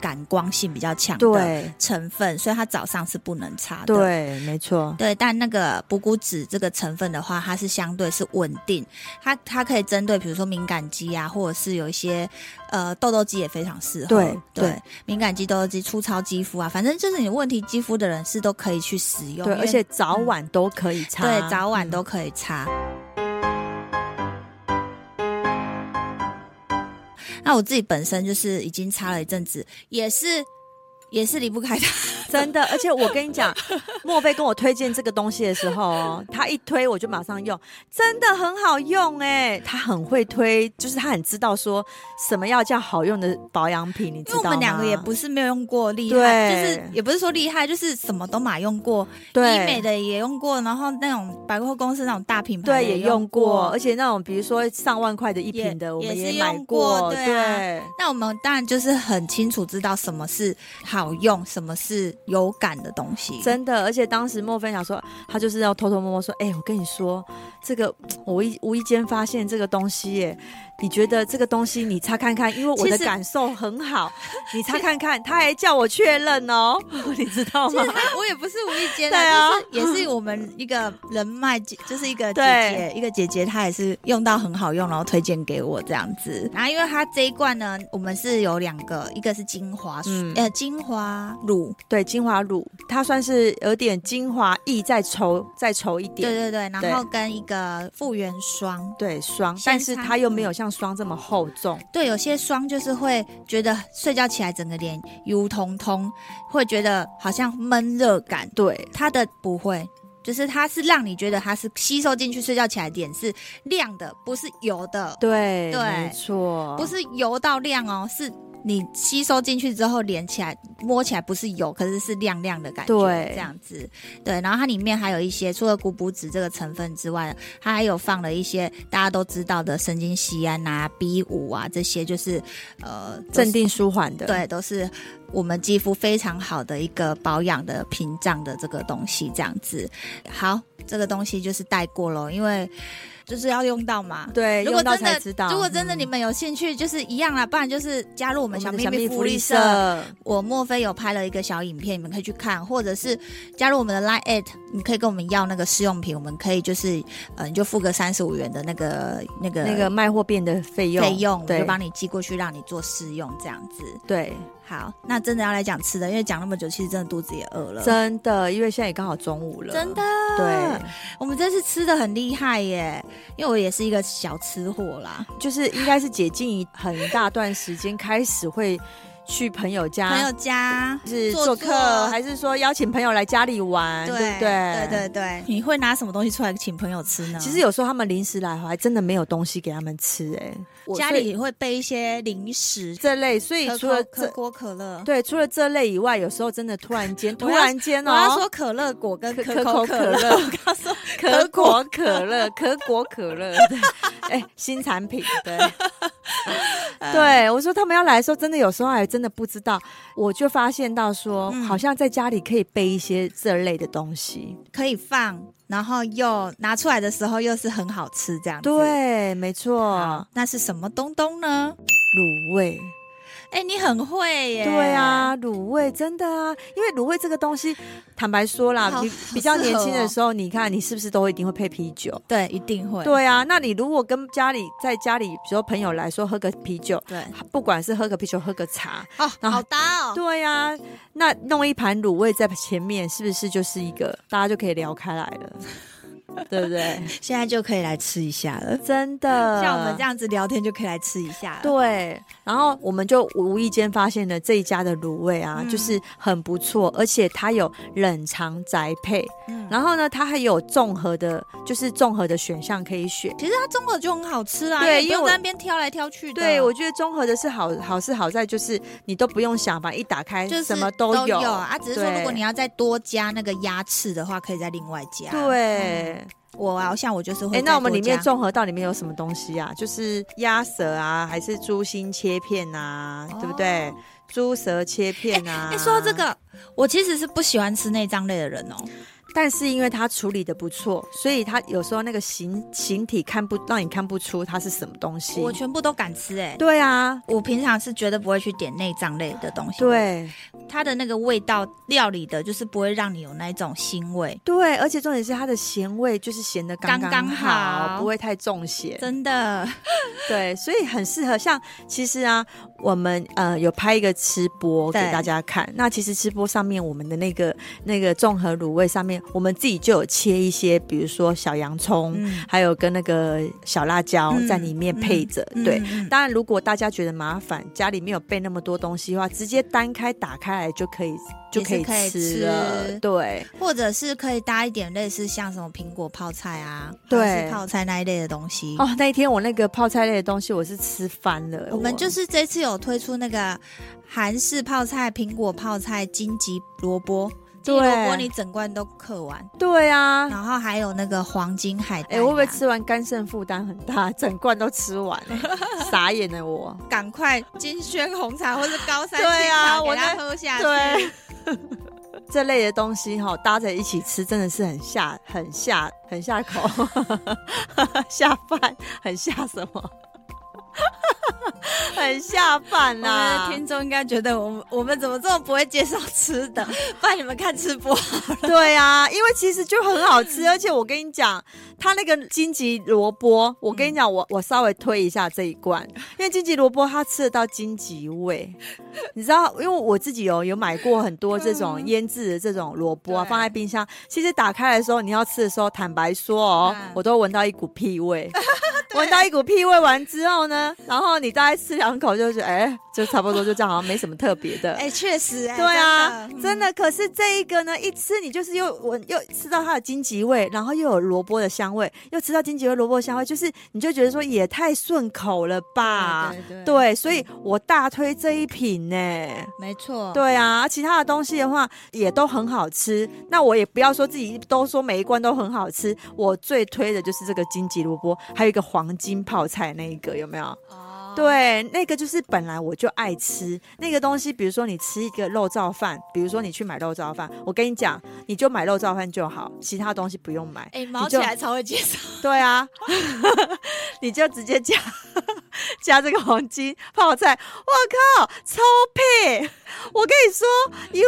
Speaker 2: 感光性比较强的
Speaker 1: 对
Speaker 2: 成分，所以它早上是不能擦的。
Speaker 1: 对，没错。
Speaker 2: 对，但那个补骨脂这个成分的话，它是相对是稳定，它它可以针对比如说敏感肌啊，或者是有一些呃痘痘肌也非常适合。
Speaker 1: 对对
Speaker 2: 对，敏感肌、痘痘肌、粗糙肌肤啊，反正就是你有问题肌肤的人是都可以去使用，
Speaker 1: 对，
Speaker 2: 因为
Speaker 1: 而且早晚都可以擦，
Speaker 2: 对早晚
Speaker 1: 嗯
Speaker 2: 都可以擦。那我自己本身就是已经擦了一阵子，也是也是离不开它。
Speaker 1: 真的，而且我跟 你讲，莫非跟我推荐这个东西的时候哦，他一推我就马上用，真的很好用哎、他很会推，就是他很知道说什么要叫好用的保养品，你知
Speaker 2: 因为我
Speaker 1: 道吗？
Speaker 2: 们两个也不是没有用过厉害，就
Speaker 1: 对
Speaker 2: 是也不是说厉害，就是什么都马用过，医
Speaker 1: 对
Speaker 2: 美的也用过，然后那种百货公司那种大品牌
Speaker 1: 对也用过，而
Speaker 2: 且
Speaker 1: 且那种比如说上万块的一
Speaker 2: 也
Speaker 1: 瓶的，我们
Speaker 2: 也是
Speaker 1: 买
Speaker 2: 用过
Speaker 1: 对
Speaker 2: 对啊那我们当然就是很清楚知道什么是好用，什么是有感的东西。
Speaker 1: 真的，而且当时莫非想说，他就是要偷偷摸摸说，哎、我跟你说，这个我无意无意间发现这个东西耶，你觉得这个东西你擦看看，因为我的
Speaker 2: 其实
Speaker 1: 感受很 好，你擦看看，他还叫我确认哦，你知 道
Speaker 2: 其
Speaker 1: 吗
Speaker 2: 实？他我也不是无意间的，
Speaker 1: 对啊
Speaker 2: 就是也是我们一个人脉，就是一个姐
Speaker 1: 对
Speaker 2: 姐，一个姐姐，她也是用到很好用，然后推荐给我这样子。然后因为它这一罐呢，我们是有两个，一个是精华水，
Speaker 1: 嗯
Speaker 2: 呃，精华乳，
Speaker 1: 对，精华乳它算是有点精华液再稠再稠一
Speaker 2: 对
Speaker 1: 点，
Speaker 2: 对对，然后跟一个个复原霜。
Speaker 1: 对霜，
Speaker 2: 先
Speaker 1: 但是它又没有像霜这么厚重。
Speaker 2: 对，有些霜就是会觉得睡觉起来整个脸油彤彤，会觉得好像闷热感。
Speaker 1: 对，
Speaker 2: 它的不会，就是它是让你觉得它是吸收进去，睡觉起来脸是亮的，不是油的，
Speaker 1: 对，
Speaker 2: 对
Speaker 1: 没错，
Speaker 2: 不是油到亮哦，是你吸收进去之后连起来摸起来不是油，可是是亮亮的感觉，
Speaker 1: 对
Speaker 2: 这样子。对，然后它里面还有一些除了古补脂这个成分之外，它还有放了一些大家都知道的神经酰胺啊、B 五啊这些，就是呃
Speaker 1: 镇。定舒缓的。
Speaker 2: 都是，对，都是我们肌肤非常好的一个保养的屏障的这个东西，这样子。好，这个东西就是带过咯，因为就是要用到嘛。
Speaker 1: 对，
Speaker 2: 如果
Speaker 1: 用到
Speaker 2: 真
Speaker 1: 才
Speaker 2: 的
Speaker 1: 知道。
Speaker 2: 如果真的
Speaker 1: 嗯
Speaker 2: 你们有兴趣，就是一样啦，不然就是加入我
Speaker 1: 我
Speaker 2: 们
Speaker 1: 们
Speaker 2: 小
Speaker 1: 的
Speaker 2: 秘
Speaker 1: 小
Speaker 2: 密
Speaker 1: 秘
Speaker 2: 福
Speaker 1: 福
Speaker 2: 利
Speaker 1: 利
Speaker 2: 社。我莫非有拍了一个小影片，你们可以去看，或者是加入我们的 Line at，你可以跟我们要那个试用品，我们可以就是呃，你就付个三十五元的那个那个
Speaker 1: 那个卖货变的费用，
Speaker 2: 费用，我
Speaker 1: 对
Speaker 2: 就帮你寄过去，让你做试用这样子。
Speaker 1: 对，
Speaker 2: 好，那真的要来讲吃的，因为讲那么久，其实真的肚子也饿了。
Speaker 1: 真的，因为现在也刚好中午了，
Speaker 2: 嗯真的，
Speaker 1: 对，
Speaker 2: 我们这次吃的很厉害耶，因为我也是一个小吃货啦。
Speaker 1: 就是应该是解禁一很大段时间开始会去朋友家，
Speaker 2: 朋友家
Speaker 1: 是
Speaker 2: 做
Speaker 1: 做
Speaker 2: 客
Speaker 1: 客，还是说邀请朋友来家里玩，对不
Speaker 2: 对
Speaker 1: 对？
Speaker 2: 对对，你会拿什么东西出来请朋友吃呢？
Speaker 1: 其实有时候他们临时来，我还真的没有东西给他们吃、哎我，
Speaker 2: 家
Speaker 1: 所以
Speaker 2: 里会备一些零食，
Speaker 1: 这类，所以
Speaker 2: 可
Speaker 1: 除了
Speaker 2: 口可
Speaker 1: 这
Speaker 2: 口可乐。
Speaker 1: 对除了这类以外，有时候真的突然间，突
Speaker 2: 我要
Speaker 1: 然间
Speaker 2: 我要
Speaker 1: 哦
Speaker 2: 说，可乐果跟
Speaker 1: 可
Speaker 2: 可
Speaker 1: 可
Speaker 2: 口可
Speaker 1: 口可
Speaker 2: 乐，
Speaker 1: 乐
Speaker 2: 我刚说
Speaker 1: 可
Speaker 2: 可果
Speaker 1: 果可乐，可果可 乐，对哎、新产品，对。对，我说他们要来的时候，真的有时候还真的不知道，我就发现到说，
Speaker 2: 嗯
Speaker 1: 好像在家里可以备一些这类的东西。
Speaker 2: 可以放，然后又拿出来的时候又是很好吃这样子。
Speaker 1: 对，没错
Speaker 2: 好，，那是什么东东呢？
Speaker 1: 卤味。
Speaker 2: 哎，你很会耶！
Speaker 1: 对，啊，卤味真的啊，因为卤味这个东西，坦白说啦，
Speaker 2: 好
Speaker 1: 比
Speaker 2: 好
Speaker 1: 比较
Speaker 2: 适
Speaker 1: 年轻
Speaker 2: 合哦
Speaker 1: 的时候，你看你是不是都一定会配啤酒？
Speaker 2: 对，一定会。
Speaker 1: 对啊，那你如果跟家里在家里，比如说朋友来说喝个啤酒，
Speaker 2: 对，
Speaker 1: 不管是喝个啤酒喝个茶，
Speaker 2: 哦，
Speaker 1: 然后
Speaker 2: 好搭哦。
Speaker 1: 对呀、那弄一盘卤味在前面，是不是就是一个大家就可以聊开来了， 对不对？
Speaker 2: 现在就可以来吃一下了，
Speaker 1: 真的，
Speaker 2: 像我们这。样子聊天就可以来吃一下了。
Speaker 1: 对，然后我们就无意间发现了这一家的卤味啊，
Speaker 2: 嗯
Speaker 1: 就是很不错，而且它有冷藏宅配，
Speaker 2: 嗯，
Speaker 1: 然后呢，它还有综合的，就是综合的选项可以选。
Speaker 2: 其实它综合就很好吃啊，
Speaker 1: 对
Speaker 2: 也不用
Speaker 1: 因为我
Speaker 2: 在那边挑来挑去的。
Speaker 1: 对，我觉得综合的是好好是好在就是你都不用想，反正一打开
Speaker 2: 就是
Speaker 1: 哎什么
Speaker 2: 都
Speaker 1: 有，
Speaker 2: 啊，只是说
Speaker 1: 对
Speaker 2: 如果你要再多加那个鸭翅的话，可以再另外加。，
Speaker 1: 对。
Speaker 2: 我啊，像我就是会
Speaker 1: 哎、
Speaker 2: 再多加。
Speaker 1: 那我们里面综合到里面有什么东西啊？就是鸭舌啊，还是猪心切片啊，
Speaker 2: 哦
Speaker 1: 对不对？猪舌切片啊。
Speaker 2: 哎、说到这，个，我其实是不喜欢吃内脏类的人哦。
Speaker 1: 但是因为它处理的不错，所以它有时候那个形形体看不让你看不出它是什么东西
Speaker 2: 我。全部都敢吃哎、
Speaker 1: 对啊，
Speaker 2: 我平常是绝对不会去点内脏类的东西，，
Speaker 1: 对
Speaker 2: 它的那个味道料理的，就是不会让你有那一种腥味，
Speaker 1: 对，而且重点是它的咸味就是咸的刚
Speaker 2: 刚刚好
Speaker 1: 好，不会太重咸。
Speaker 2: 真的。
Speaker 1: 对，所以很适合。像其实啊，我们呃有拍一个吃播给
Speaker 2: 对
Speaker 1: 大家看。那其实吃播上面，我们的那个那个综合卤味上面，我们自己就有切一些，比如说小洋葱，
Speaker 2: 嗯，
Speaker 1: 还有跟那个小辣椒
Speaker 2: 嗯
Speaker 1: 在里面配着。
Speaker 2: 嗯
Speaker 1: 对，，
Speaker 2: 嗯
Speaker 1: 当然如果大家觉得麻烦，家里面有备那么多东西的话，直接单开打开来就可以就
Speaker 2: 也是
Speaker 1: 可以
Speaker 2: 可以
Speaker 1: 吃
Speaker 2: 吃
Speaker 1: 了。对
Speaker 2: 或者是可以搭一点类似像什么苹果泡菜啊，
Speaker 1: 对
Speaker 2: 或者是泡菜那一类的东西。
Speaker 1: 哦，那一天我那个泡菜类的东西，我是吃翻了。
Speaker 2: 呃我们就是这次有推出那个韩式泡菜、苹果泡菜、荆棘萝卜，荆棘
Speaker 1: 对
Speaker 2: 萝卜你整罐都嗑完，
Speaker 1: 对啊，
Speaker 2: 然后还有那个黄金海带
Speaker 1: 哎、
Speaker 2: 嘛，
Speaker 1: 会不会吃完肝肾负担很大，整罐都吃 完、欸？傻眼了我。
Speaker 2: 赶快金萱红茶或是高山青
Speaker 1: 对啊
Speaker 2: 草给它
Speaker 1: 我在
Speaker 2: 喝下去。
Speaker 1: 对，这类的东西哈、搭着一起吃，真的是很下、很下、很下 口，下饭，很下什么？ 很下饭
Speaker 2: 我们
Speaker 1: 啦
Speaker 2: 的。听众应该觉得我们我们怎么这么不会介绍吃的？不然你们看吃播。
Speaker 1: 对啊，因为其实就很好吃，而且我跟你讲，它那个荆棘萝卜，我跟你讲，我我稍微推一下这一罐，因为荆棘萝卜它吃得到荆棘味， 你知道，因为我自己有有买过很多这种腌制的这种萝卜啊，
Speaker 2: 对
Speaker 1: 放在冰箱，其实打开来的时候，你要吃的时候，坦白说哦
Speaker 2: 嗯，
Speaker 1: 我都闻到一股屁 味。闻到一股屁味完之后呢，然后你大概吃两口就觉得，哎、就差不多就这样，好像没什么特别的。
Speaker 2: 哎、确实、哎，
Speaker 1: 对啊，
Speaker 2: 真的。
Speaker 1: 真的。可是这一个呢，一吃你就是又闻又吃到它的荆棘味，然后又有萝卜的香味，又吃到荆棘味、萝卜的香味，就是你就觉得说也太顺口了吧？
Speaker 2: 对啊对对
Speaker 1: 对，所以我大推这一品呢、
Speaker 2: 没错，嗯
Speaker 1: 对啊，其他的东西的话也都很好吃。那我也不要说自己都说每一罐都很好吃，我最推的就是这个荆棘萝卜，还有一个黄金泡菜那一个有没有？
Speaker 2: 哦，
Speaker 1: 对，那个就是本来我就爱吃那个东西，比如说你吃一个肉燥饭，比如说你去买肉燥饭，我跟你讲，你就买肉燥饭就好，其他东西不用买。
Speaker 2: 哎、毛
Speaker 1: 你
Speaker 2: 起
Speaker 1: 就
Speaker 2: 来才会介绍。
Speaker 1: 对啊， 你就直接加加这个黄金泡菜，我靠，超配！我跟你说，因为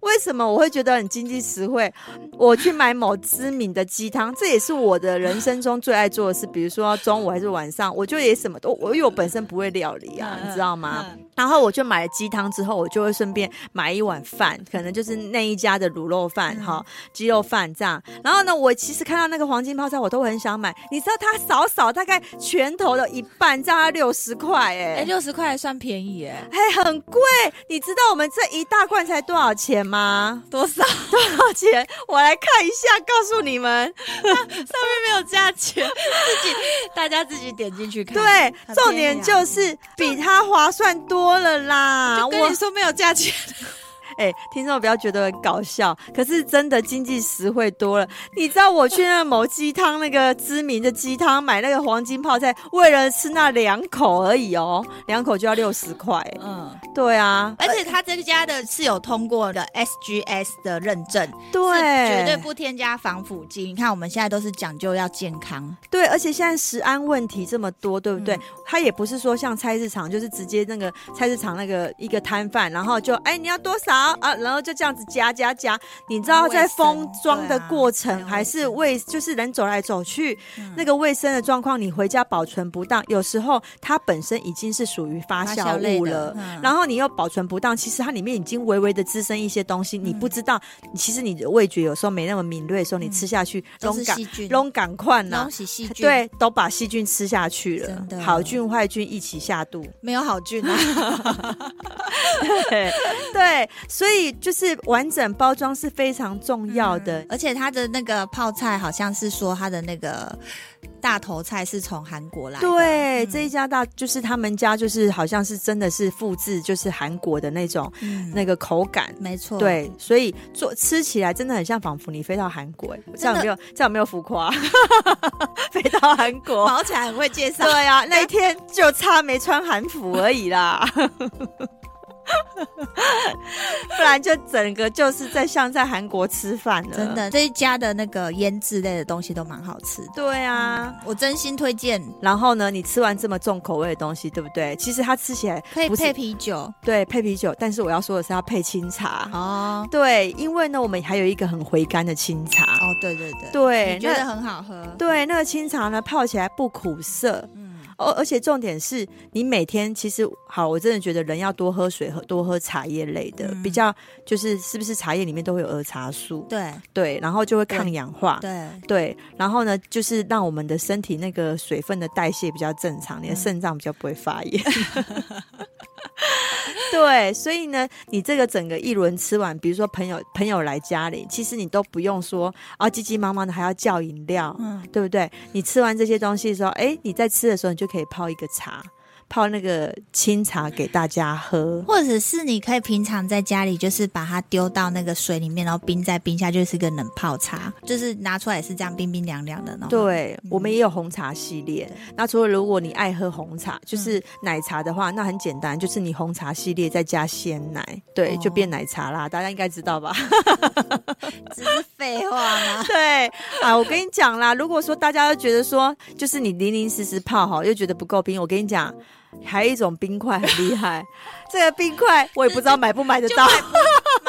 Speaker 1: 为什么我会觉得很经济实惠？我去买某知名的鸡汤，这也是我的人生中最爱做的事。比如说中午还是晚上，我就也什么都，我因为我本身不会料理啊，
Speaker 2: 嗯
Speaker 1: 你知道吗？
Speaker 2: 嗯嗯
Speaker 1: 然后我就买了鸡汤之后，我就会顺便买一碗饭，可能就是那一家的卤肉饭哈、
Speaker 2: 嗯
Speaker 1: 鸡肉饭这样。然后呢，我其实看到那个黄金泡菜，我都很想买。你知道它少少大概拳头的一半，这样要六十块
Speaker 2: 哎，
Speaker 1: 哎。
Speaker 2: 六十块算便宜哎、
Speaker 1: 哎，很贵！你知道我们这一大罐才多少钱吗？
Speaker 2: 多少？上
Speaker 1: 多少钱？我来看一下，告诉你 们。
Speaker 2: 面没有价钱，自己大家自己点进去看。
Speaker 1: 对，
Speaker 2: 很
Speaker 1: 重
Speaker 2: 便宜啊
Speaker 1: 点就是比它划算多了啦。
Speaker 2: 就
Speaker 1: 我
Speaker 2: 跟你说没有价钱，
Speaker 1: 哎、听众不要觉得很搞笑，可是真的经济实惠多了。你知道我去那某鸡汤那个知名的鸡汤买那个黄金泡菜，为了吃那两口而已哦，两口就要六十块。
Speaker 2: 嗯，
Speaker 1: 对啊，
Speaker 2: 而且他这家的是有通过的 SGS 的认证，
Speaker 1: 对，
Speaker 2: 是绝对不添加防腐剂。你看我们现在都是讲究要健康，
Speaker 1: 对，而且现在食安问题这么多，对不对？
Speaker 2: 嗯
Speaker 1: 它也不是说像菜市场，就是直接那个菜市场那个一个摊贩，然后就哎你要多少啊，然后就这样子加加加。你知道
Speaker 2: 很卫
Speaker 1: 在
Speaker 2: 生
Speaker 1: 封装的
Speaker 2: 对啊
Speaker 1: 过程，
Speaker 2: 很卫
Speaker 1: 还是
Speaker 2: 生
Speaker 1: 卫，就是人走来走去，
Speaker 2: 嗯
Speaker 1: 那个卫生的状况，你回家保存不当，有时候它本身已经是属于发酵
Speaker 2: 类
Speaker 1: 物
Speaker 2: 的
Speaker 1: 了。
Speaker 2: 嗯
Speaker 1: 然后你又保存不当，其实它里面已经微微的滋生一些东西，你不知道。其实你的味觉有时候没那么敏锐的时候，你
Speaker 2: 嗯
Speaker 1: 吃下去，
Speaker 2: 都是
Speaker 1: 拢赶
Speaker 2: 细菌
Speaker 1: 拢赶快呐，
Speaker 2: 东西细菌，，
Speaker 1: 对，都把细菌吃下去了
Speaker 2: 真，的
Speaker 1: 好菌坏菌一起下 肚。
Speaker 2: 没有好菌啊。
Speaker 1: 对，对，所以就是完整包装是非常重要的。
Speaker 2: 而且它的那个泡菜好像是说它的那个大头菜是从韩国来的，
Speaker 1: 对，
Speaker 2: 嗯
Speaker 1: 这一家大就是他们家，就是好像是真的是复制，就是韩国的那种、
Speaker 2: 嗯，哦
Speaker 1: 那个口感。
Speaker 2: 没错，
Speaker 1: 对，所以做吃起来真的很像，仿佛你飞到韩国、欸。这样有没有？这样有没有浮夸？ 飞到韩国？
Speaker 2: 毛起来很会介绍
Speaker 1: 对。啊，那一天就差没穿韩服而已 啦，不然就整个就是在像在韩国吃饭了。
Speaker 2: 真，的，这一家的那个腌制类的东西都蛮好吃的，
Speaker 1: 对啊。
Speaker 2: 我真心推荐，
Speaker 1: 然后呢，你吃完这么重口味的东西，对不对？其实它吃起来
Speaker 2: 可以
Speaker 1: 不是
Speaker 2: 配啤酒
Speaker 1: 对配啤酒，但是我要说的是要配清茶。
Speaker 2: 哦。
Speaker 1: 对，因为呢，我们还有一个很回甘的清茶。
Speaker 2: 哦，对对对，
Speaker 1: 对，
Speaker 2: 你觉
Speaker 1: 那
Speaker 2: 得很好喝？
Speaker 1: 对那个清茶呢，泡起来不苦涩。
Speaker 2: 嗯，
Speaker 1: 哦而而且重点是你每天其实好，我真的觉得人要多喝水和多喝茶叶类的，
Speaker 2: 嗯
Speaker 1: 比较就是是不是茶叶里面都会有儿茶素，
Speaker 2: 对
Speaker 1: 对，然后就会抗氧化。
Speaker 2: 对，
Speaker 1: 对，然后呢，就是让我们的身体那个水分的代谢比较正常，你的
Speaker 2: 嗯
Speaker 1: 肾脏比较不会发 炎。对，所以呢，你这个整个一轮吃完，比如说朋友朋友来家里，其实你都不用说啊，急急忙忙的还要叫饮料，
Speaker 2: 嗯，
Speaker 1: 对不对？你吃完这些东西的时候，哎，你在吃的时候，你就可以泡一个茶，泡那个清茶给大家喝。
Speaker 2: 或者是你可以平常在家里，就是把它丢到那个水里面，然后冰在冰下，就是一个冷泡茶，就是拿出来也是这样冰冰凉凉的。然
Speaker 1: 哦
Speaker 2: 后，
Speaker 1: 对、
Speaker 2: 嗯
Speaker 1: 我们也有红茶系列。那除了如果你爱喝红茶，就是奶茶的话，那很简单，就是你红茶系列再加鲜奶，对，
Speaker 2: 哦
Speaker 1: 就变奶茶啦。大家应该知道吧？
Speaker 2: 只是废话吗？
Speaker 1: 对啊，我跟你讲啦，如果说大家都觉得说，就是你零零时时泡好，又觉得不够冰，我跟你讲。还有一种冰块很厉 害，这个冰块我也不知道买不买得
Speaker 2: 就
Speaker 1: 到。
Speaker 2: 买不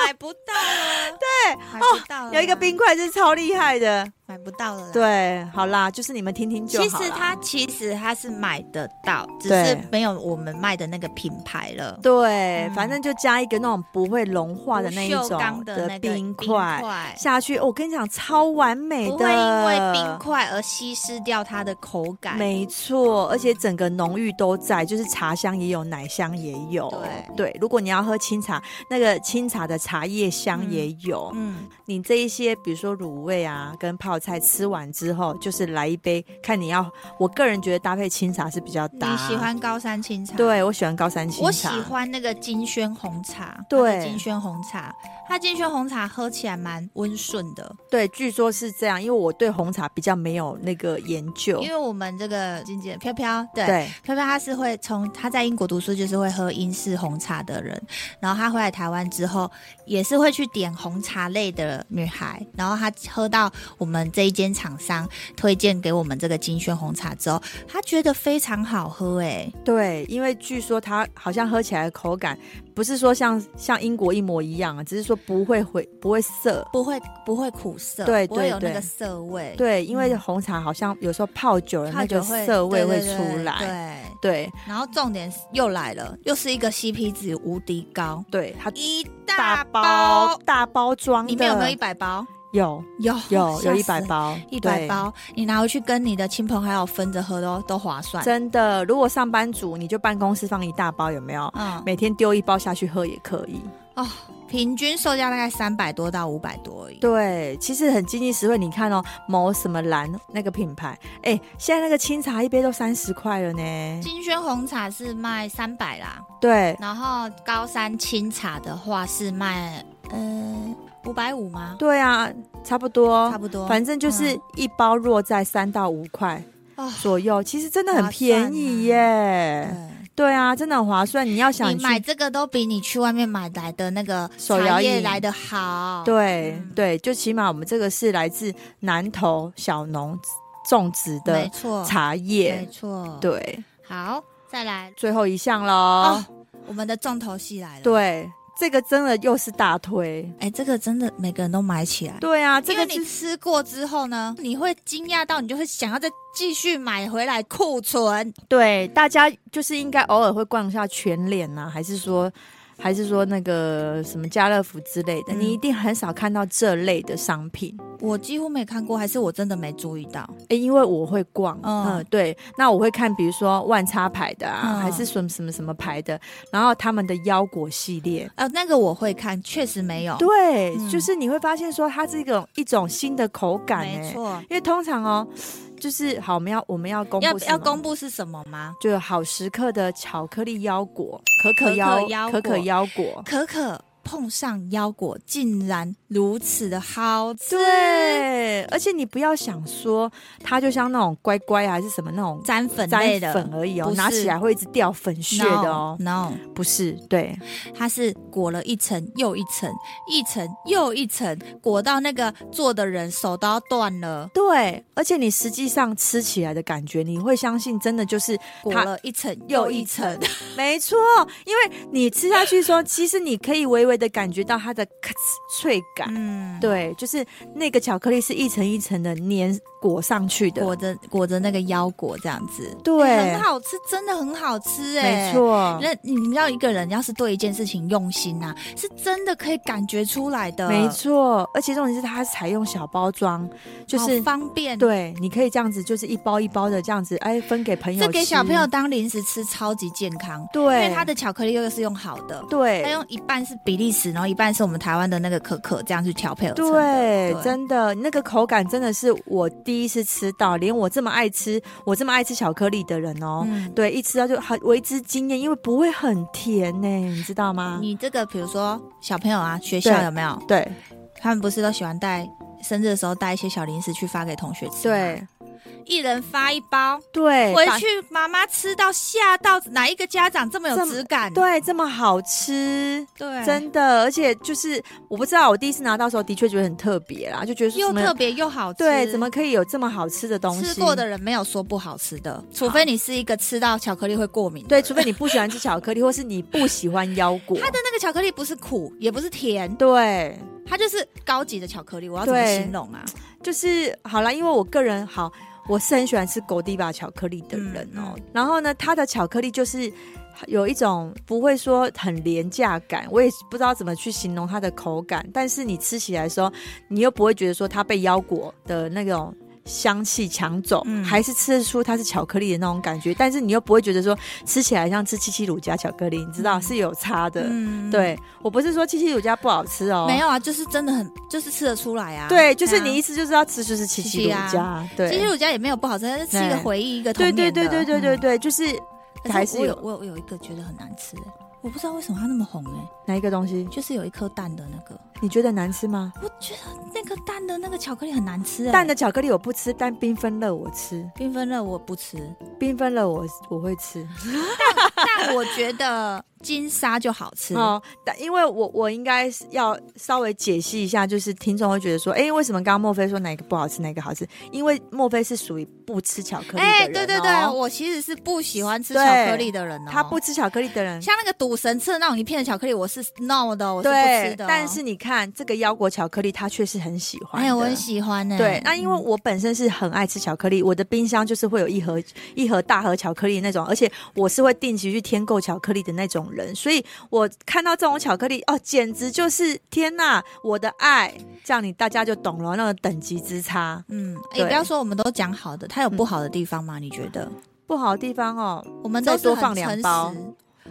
Speaker 2: 买不到了，
Speaker 1: 对，哦
Speaker 2: 买不到了啦
Speaker 1: 有一个冰块是超厉害的。
Speaker 2: 买不到了啦。
Speaker 1: 对，好啦，就是你们听听就
Speaker 2: 其
Speaker 1: 好
Speaker 2: 实
Speaker 1: 啦
Speaker 2: 它其实它是买得到，只
Speaker 1: 对
Speaker 2: 是没有我们卖的那个品牌了。
Speaker 1: 对，
Speaker 2: 嗯
Speaker 1: 反正就加一个那种不会融化的那一
Speaker 2: 不锈
Speaker 1: 种
Speaker 2: 钢的那个
Speaker 1: 冰
Speaker 2: 块，
Speaker 1: 下去、哦我跟你讲，超完美的，
Speaker 2: 不会因为冰块而稀释掉它的口感。
Speaker 1: 没错，而且整个浓郁都在，就是茶香也有，奶香也有。
Speaker 2: 对
Speaker 1: 如果你要喝清茶，那个清茶的茶叶香也有。
Speaker 2: 嗯，
Speaker 1: 你这一些，比如说卤味啊，跟泡菜吃完之后，就是来一杯，看你要。我个人觉得搭配清茶是比较搭。
Speaker 2: 你喜？欢高山清茶？，
Speaker 1: 对，我喜欢高山清茶。
Speaker 2: 我喜。欢那个金萱红茶。
Speaker 1: 对
Speaker 2: 它的金萱红茶，它金萱红茶喝起来蛮温顺的，
Speaker 1: 对，据说是这样，因为我对红茶比较没有那个研究
Speaker 2: 因。为我们这个经纪人飘飘，对。
Speaker 1: 对，
Speaker 2: 飘飘她是会从她在英国读书，就是会喝英式红茶的人，然后她回来台湾之后，也是会去点红茶类的女孩，然后她喝到我们这一间厂商推荐给我们这个金萱红茶之后，她觉得非常好喝、欸，
Speaker 1: 对，因为据说它好像喝起来的口感不是说像像英国一模一样啊，只是说不会回不会涩。
Speaker 2: 不会不会苦涩，
Speaker 1: 对
Speaker 2: 不会有
Speaker 1: 对
Speaker 2: 那个
Speaker 1: 对
Speaker 2: 涩味，，
Speaker 1: 对，因为
Speaker 2: 嗯
Speaker 1: 红茶好像有时候泡久了，
Speaker 2: 它
Speaker 1: 那
Speaker 2: 就
Speaker 1: 个
Speaker 2: 会
Speaker 1: 涩味
Speaker 2: 对
Speaker 1: 会
Speaker 2: 对
Speaker 1: 出
Speaker 2: 对
Speaker 1: 来。
Speaker 2: 对，
Speaker 1: 对
Speaker 2: 然后重点是又来了，又是一个 CP 值无敌高，
Speaker 1: 对，它
Speaker 2: 一
Speaker 1: 大
Speaker 2: 大
Speaker 1: 包大包装的，
Speaker 2: 里面有没有一百包？
Speaker 1: 有
Speaker 2: 有
Speaker 1: 有有一百。
Speaker 2: 吓死
Speaker 1: 包，
Speaker 2: 一百
Speaker 1: 对。
Speaker 2: 包，你拿回去跟你的亲朋好友分着喝都都划算。
Speaker 1: 真的，如果上班族，你就办公室放一大包，有没有？
Speaker 2: 嗯，
Speaker 1: 每天丢一包下去喝也可以。
Speaker 2: 平均售价大概三百多到五百多而已。
Speaker 1: 对，其实很经济实惠。你看哦，某什么蓝那个品牌，哎，现在那个清茶一杯都三十块了呢。
Speaker 2: 金萱红茶是卖三百啦，
Speaker 1: 对
Speaker 2: 然后高山清茶的话是卖呃五百五吗？
Speaker 1: 对啊，差不多，
Speaker 2: 差不多，嗯
Speaker 1: 反正就是一包落在三到五块
Speaker 2: 哦
Speaker 1: 左右，其实真的很
Speaker 2: 划算啊
Speaker 1: 便宜耶。
Speaker 2: 嗯
Speaker 1: 对啊，真的很划算。你要想
Speaker 2: 你买
Speaker 1: 去
Speaker 2: 这个都比你去外面买来的那个
Speaker 1: 手摇
Speaker 2: 茶叶
Speaker 1: 饮
Speaker 2: 来的好。
Speaker 1: 对
Speaker 2: 嗯
Speaker 1: 对，就起码我们这个是来自南投小农种植
Speaker 2: 没
Speaker 1: 的
Speaker 2: 错，
Speaker 1: 茶
Speaker 2: 没
Speaker 1: 叶。
Speaker 2: 错。，
Speaker 1: 对，
Speaker 2: 好，再来
Speaker 1: 最后一项喽。
Speaker 2: 哦，我们的重头戏来了。，
Speaker 1: 对，这个真的又是大推。
Speaker 2: 哎，这个真的每个人都买起来。
Speaker 1: 对啊，这
Speaker 2: 因
Speaker 1: 个
Speaker 2: 为
Speaker 1: 就
Speaker 2: 你
Speaker 1: 是
Speaker 2: 吃过之后呢，你会惊讶到，你就会想要再继续买回来库存。嗯
Speaker 1: 对大家就是应该偶尔会逛一下全脸呐、还是说？还是说那个什么家乐福之类的，
Speaker 2: 嗯
Speaker 1: 你一定很少看到这类的商品。
Speaker 2: 我几乎没看过，还是我真的没注意到。
Speaker 1: 诶，因为我会逛，
Speaker 2: 嗯
Speaker 1: 嗯，对，那我会看，比如说万叉牌的啊，
Speaker 2: 嗯
Speaker 1: 还是什么什么什么牌的，然后他们的腰果系列，
Speaker 2: 呃，那个我会看，确实没有。
Speaker 1: 对，
Speaker 2: 嗯
Speaker 1: 就是你会发现说它是一种一种新的口感、欸，
Speaker 2: 没，错。
Speaker 1: 因为通常哦，就是好，我们要我们要公布
Speaker 2: 要
Speaker 1: 什么
Speaker 2: 要公布是什么吗？
Speaker 1: 就好时刻的巧克力腰果、可可
Speaker 2: 可
Speaker 1: 腰
Speaker 2: 可腰、
Speaker 1: 可可
Speaker 2: 果
Speaker 1: 腰果，
Speaker 2: 可可碰上腰果，竟然如此的好吃。
Speaker 1: 对，而且你不要想说它就像那种乖乖啊还是什么那种
Speaker 2: 沾粉类的
Speaker 1: 沾粉而已哦
Speaker 2: 不，是
Speaker 1: 拿起来会一直掉粉屑的哦
Speaker 2: No，, no
Speaker 1: 不是，对
Speaker 2: 它是裹了一层又一层，一层又一层，裹到那个做的人手都要断了，
Speaker 1: 对，而且你实际上吃起来的感觉，你会相信真的就是
Speaker 2: 裹
Speaker 1: 它
Speaker 2: 了一层
Speaker 1: 又
Speaker 2: 又
Speaker 1: 一
Speaker 2: 一
Speaker 1: 层
Speaker 2: 层。
Speaker 1: 没错，因为你吃下去的时候，其实你可以微微的感觉到它的咔哧脆感。
Speaker 2: 嗯，
Speaker 1: 对，就是那个巧克力是一层一层的粘裹上去的，
Speaker 2: 裹着裹着那个腰果这样子，
Speaker 1: 对
Speaker 2: 欸很好吃，真的很好吃哎、
Speaker 1: 没。错，
Speaker 2: 那你要一个人要是对一件事情用心呐、是真的可以感觉出来的，
Speaker 1: 没，错。而且重点是它采用小包装，就是
Speaker 2: 好方便。，
Speaker 1: 对，你可以这样子，就是一包一包的这样子，哎，分给朋友吃，
Speaker 2: 这给小朋友当零食吃超级健康，因
Speaker 1: 对，
Speaker 2: 为它的巧克力又是用好的，它
Speaker 1: 对
Speaker 2: 用一半是比利时，然后一半是我们台湾的那个可可，这样去调配而成的。
Speaker 1: 对
Speaker 2: 对，
Speaker 1: 真的那个口感真的是我第一次吃到，连我这么爱吃我这么爱吃巧克力的人哦，
Speaker 2: 嗯，
Speaker 1: 对，一吃到就很为之惊艳，因为不会很甜呢、你知道吗？
Speaker 2: 你这个比如说小朋友啊，学校
Speaker 1: 啊对
Speaker 2: 有没有？
Speaker 1: 对
Speaker 2: 他们不是都喜欢带生日的时候带一些小零食去发给同学吃？
Speaker 1: 对，
Speaker 2: 一人发一包，
Speaker 1: 对，
Speaker 2: 回
Speaker 1: 把
Speaker 2: 去妈妈吃到吓到，哪一个家长这么
Speaker 1: 这
Speaker 2: 有
Speaker 1: 么
Speaker 2: 质感？
Speaker 1: 对这么好吃。
Speaker 2: 对，
Speaker 1: 真的，而且就是我不知道，我第一次拿到的时候的确觉得很特别啦，就觉得说
Speaker 2: 又
Speaker 1: 怎么
Speaker 2: 特别又好吃，
Speaker 1: 对，怎么可以有这么好吃的东西？
Speaker 2: 吃过的人没有说不好吃的，除非你是一个吃到巧克力会过敏的
Speaker 1: 对，
Speaker 2: 人。
Speaker 1: 除非你不喜欢吃巧克力，或是你不喜欢腰果。
Speaker 2: 它的那个巧克力不是苦，也不是甜，
Speaker 1: 对，
Speaker 2: 它就是高级的巧克力。我要怎么
Speaker 1: 对
Speaker 2: 形容啊？
Speaker 1: 就是好啦，因为我个人好，我是很喜欢吃狗地吧巧克力的人哦、
Speaker 2: 嗯
Speaker 1: 然后呢，它的巧克力就是有一种不会说很廉价感，我也不知道怎么去形容它的口感，但是你吃起来的时候，你又不会觉得说它被腰果的那种。香气抢走，
Speaker 2: 嗯
Speaker 1: 还是吃得出它是巧克力的那种感觉，但是你又不会觉得说吃起来像吃七七乳加巧克力，你知道、
Speaker 2: 嗯
Speaker 1: 是有差的。
Speaker 2: 嗯，
Speaker 1: 对我不是说七七乳加不好吃哦，
Speaker 2: 没有啊，就是真的很，就是吃得出来啊。
Speaker 1: 对，就是你
Speaker 2: 啊
Speaker 1: 一吃就知道吃就是七
Speaker 2: 七
Speaker 1: 七
Speaker 2: 七
Speaker 1: 乳
Speaker 2: 啊
Speaker 1: 加，对，
Speaker 2: 其实我家也没有不好吃，但是吃一个
Speaker 1: 对
Speaker 2: 回忆，一个童
Speaker 1: 对
Speaker 2: 年
Speaker 1: 对
Speaker 2: 的
Speaker 1: 对对对对
Speaker 2: 嗯
Speaker 1: 对，就是
Speaker 2: 可
Speaker 1: 还
Speaker 2: 是
Speaker 1: 是
Speaker 2: 我有
Speaker 1: 有
Speaker 2: 我有我有一个觉得很难吃，我不知道为什么它那么红哎、
Speaker 1: 哪一个东西
Speaker 2: 就是有一颗蛋的那个，
Speaker 1: 你觉得难吃吗？
Speaker 2: 我觉得那个蛋的那个巧克力很难吃、欸。
Speaker 1: 蛋的巧克力我不吃，但缤纷乐我吃，
Speaker 2: 缤纷乐我不 吃，
Speaker 1: 缤纷乐我我会吃
Speaker 2: 但我觉得金沙就好吃。
Speaker 1: 哦。但因为我我应该是要稍微解析一下，就是听众会觉得说，哎，为什么刚刚莫非说哪个不好吃，哪个好吃？因为莫非是属于不吃巧克力的人、哦，
Speaker 2: 哎、对对对，我其实是不喜欢吃巧
Speaker 1: 对
Speaker 2: 克力的人哦。
Speaker 1: 他不吃巧克力的人。
Speaker 2: 像那个赌神吃的那种一片的巧克力，我是 no 的，我是不
Speaker 1: 对
Speaker 2: 吃，的哦。
Speaker 1: 但是你看这个腰果巧克力，他却是很喜欢的。
Speaker 2: 哎，我很喜欢呢、
Speaker 1: 对，那因为我本身是很爱吃巧克力，我的冰箱就是会有一盒一盒大盒巧克力那种，而且我是会定期去添购巧克力的那种人，所以我看到这种巧克力哦，简直就是天呐，我的爱！这样你大家就懂了那个等级之差。
Speaker 2: 嗯，
Speaker 1: 对
Speaker 2: 也不要说我们都讲好的，它有不好的地方吗？你觉得？
Speaker 1: 不好的地方哦，
Speaker 2: 我们都
Speaker 1: 再
Speaker 2: 是
Speaker 1: 多
Speaker 2: 很
Speaker 1: 放两
Speaker 2: 诚
Speaker 1: 包
Speaker 2: 实。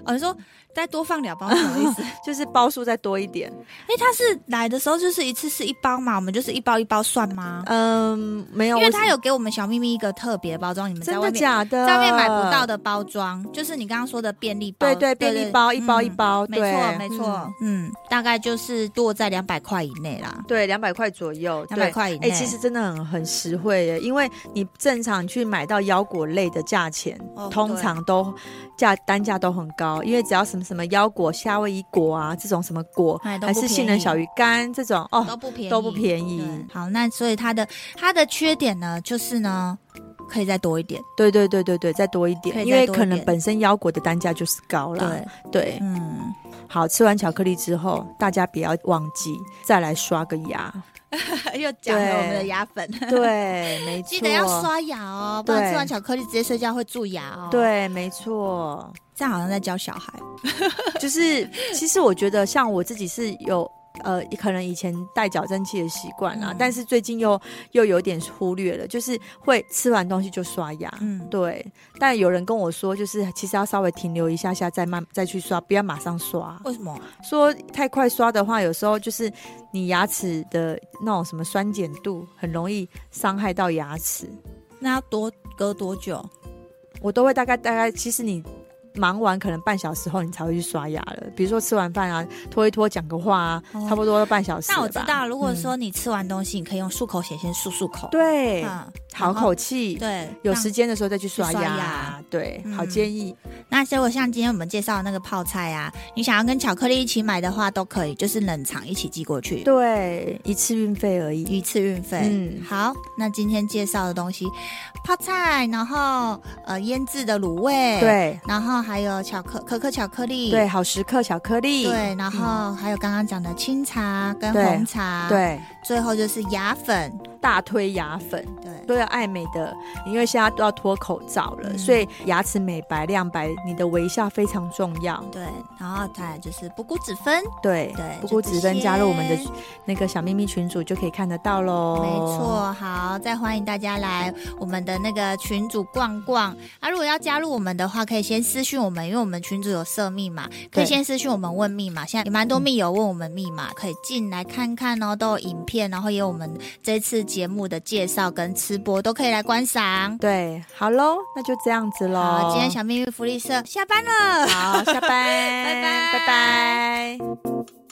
Speaker 2: 哦，你说再多放两包是什么意思？
Speaker 1: 就是包数再多一点。
Speaker 2: 哎，它是来的时候就是一次是一包嘛，我们就是一包一包算吗？
Speaker 1: 嗯，没有，
Speaker 2: 因为
Speaker 1: 我
Speaker 2: 它有给我们小秘密一个特别包装，你们在
Speaker 1: 真
Speaker 2: 外
Speaker 1: 的
Speaker 2: 面
Speaker 1: 假的？
Speaker 2: 在外面买不到。的包装，就是你刚刚说的便利包，
Speaker 1: 对对，便利包一包一。包，
Speaker 2: 嗯没
Speaker 1: 对
Speaker 2: 错，没错，，嗯，大概就是落在两百块以内啦，
Speaker 1: 对，两百块左右，
Speaker 2: 两
Speaker 1: 对
Speaker 2: 百块以
Speaker 1: 哎、
Speaker 2: 内。
Speaker 1: 其实真的很很实惠耶，因为你正常去买到腰果类的价钱，
Speaker 2: 哦
Speaker 1: 通常都价单价都很高，因为只要什么什么腰果、夏威夷果啊这种什么果，
Speaker 2: 哎都
Speaker 1: 还
Speaker 2: 不
Speaker 1: 是
Speaker 2: 便
Speaker 1: 杏仁
Speaker 2: 宜
Speaker 1: 小鱼干这种哦，
Speaker 2: 都不便宜，
Speaker 1: 都不便宜
Speaker 2: 对好，那所以它的它的缺点呢，就是呢，可以再多一点。
Speaker 1: 对对对对对，再多一
Speaker 2: 可以
Speaker 1: 点，
Speaker 2: 再
Speaker 1: 因为
Speaker 2: 多一
Speaker 1: 可能
Speaker 2: 点
Speaker 1: 本身腰果的单价就是高啦。
Speaker 2: 对，
Speaker 1: 对，
Speaker 2: 嗯，
Speaker 1: 好吃完巧克力之后，大家不要忘记再来刷个 牙。
Speaker 2: 又讲了我们的牙粉，
Speaker 1: 对，没错，
Speaker 2: 记得要。刷牙哦，不然
Speaker 1: 对
Speaker 2: 吃完巧克力直接睡觉会蛀牙哦。，
Speaker 1: 对，没错。
Speaker 2: 这样好像在教小孩。
Speaker 1: 就是其实我觉得像我自己是有。呃，可能以前带矫正器的习惯啦，
Speaker 2: 嗯
Speaker 1: 但是最近又又有点忽略了，就是会吃完东西就刷牙。
Speaker 2: 嗯，
Speaker 1: 对，但有人跟我说，就是其实要稍微停留一下下，再慢再去刷，不要马上刷。
Speaker 2: 为什么？
Speaker 1: 说太快刷的话，有时候就是你牙齿的那种什么酸碱度，很容易伤害到牙齿。
Speaker 2: 那要多隔多久？
Speaker 1: 我都会大概大概，其实你忙完可能半小时后你才会去刷牙了。比如说吃完饭啊，拖一拖，讲个话啊，
Speaker 2: 哦
Speaker 1: 差不多半小时了
Speaker 2: 那
Speaker 1: 吧。
Speaker 2: 我知道，如果说你吃完东西，你可以用漱口水先漱漱口，
Speaker 1: 对，
Speaker 2: 嗯，
Speaker 1: 好口气，
Speaker 2: 对，
Speaker 1: 有
Speaker 2: 让
Speaker 1: 时。间的时候再去刷
Speaker 2: 去
Speaker 1: 牙，
Speaker 2: 刷牙
Speaker 1: 对，
Speaker 2: 嗯
Speaker 1: 好建议。
Speaker 2: 那结果像今天我们介绍的那个泡菜啊，你想要跟巧克力一起买的话，都可以，就是冷藏一起寄过去，
Speaker 1: 对，一次运费而已。
Speaker 2: 一次运费。
Speaker 1: 嗯
Speaker 2: 好，那今天介绍的东西，泡菜，然后呃腌制的卤味，，
Speaker 1: 对
Speaker 2: 然后还有巧克可可巧克力，
Speaker 1: 对，好时刻巧克力，
Speaker 2: 对，然后还有刚刚讲的清茶跟
Speaker 1: 嗯对
Speaker 2: 红茶，，
Speaker 1: 对，
Speaker 2: 最后就是牙粉，
Speaker 1: 大推牙粉。
Speaker 2: 对，
Speaker 1: 都要爱美的，因为现在都要脱口罩了，
Speaker 2: 嗯
Speaker 1: 所以牙齿美白亮白，你的微笑非常重要。
Speaker 2: 对，然后再来就是不谷脂分，
Speaker 1: 对，
Speaker 2: 对
Speaker 1: 不
Speaker 2: 就
Speaker 1: 过
Speaker 2: 这
Speaker 1: 只分加入我们的哦
Speaker 2: 些
Speaker 1: 那个小秘密群组就可以看得到喽。
Speaker 2: 没，错，好，再欢迎大家来我们的那个群组逛逛。啊，如果要加入我们的话，可以先私讯我们，因为我们群组有设密码，可以
Speaker 1: 对
Speaker 2: 先私讯我们问密码。现在也蛮多密友问我们密码，可以进来看看哦，都有影片，然后也有我们这次节目的介绍跟吃播，都可以来观赏。
Speaker 1: 对，好喽，那就这样子喽。
Speaker 2: 好，今天 小秘密福利社下班了。
Speaker 1: 好，下班，
Speaker 2: 拜拜
Speaker 1: 拜拜。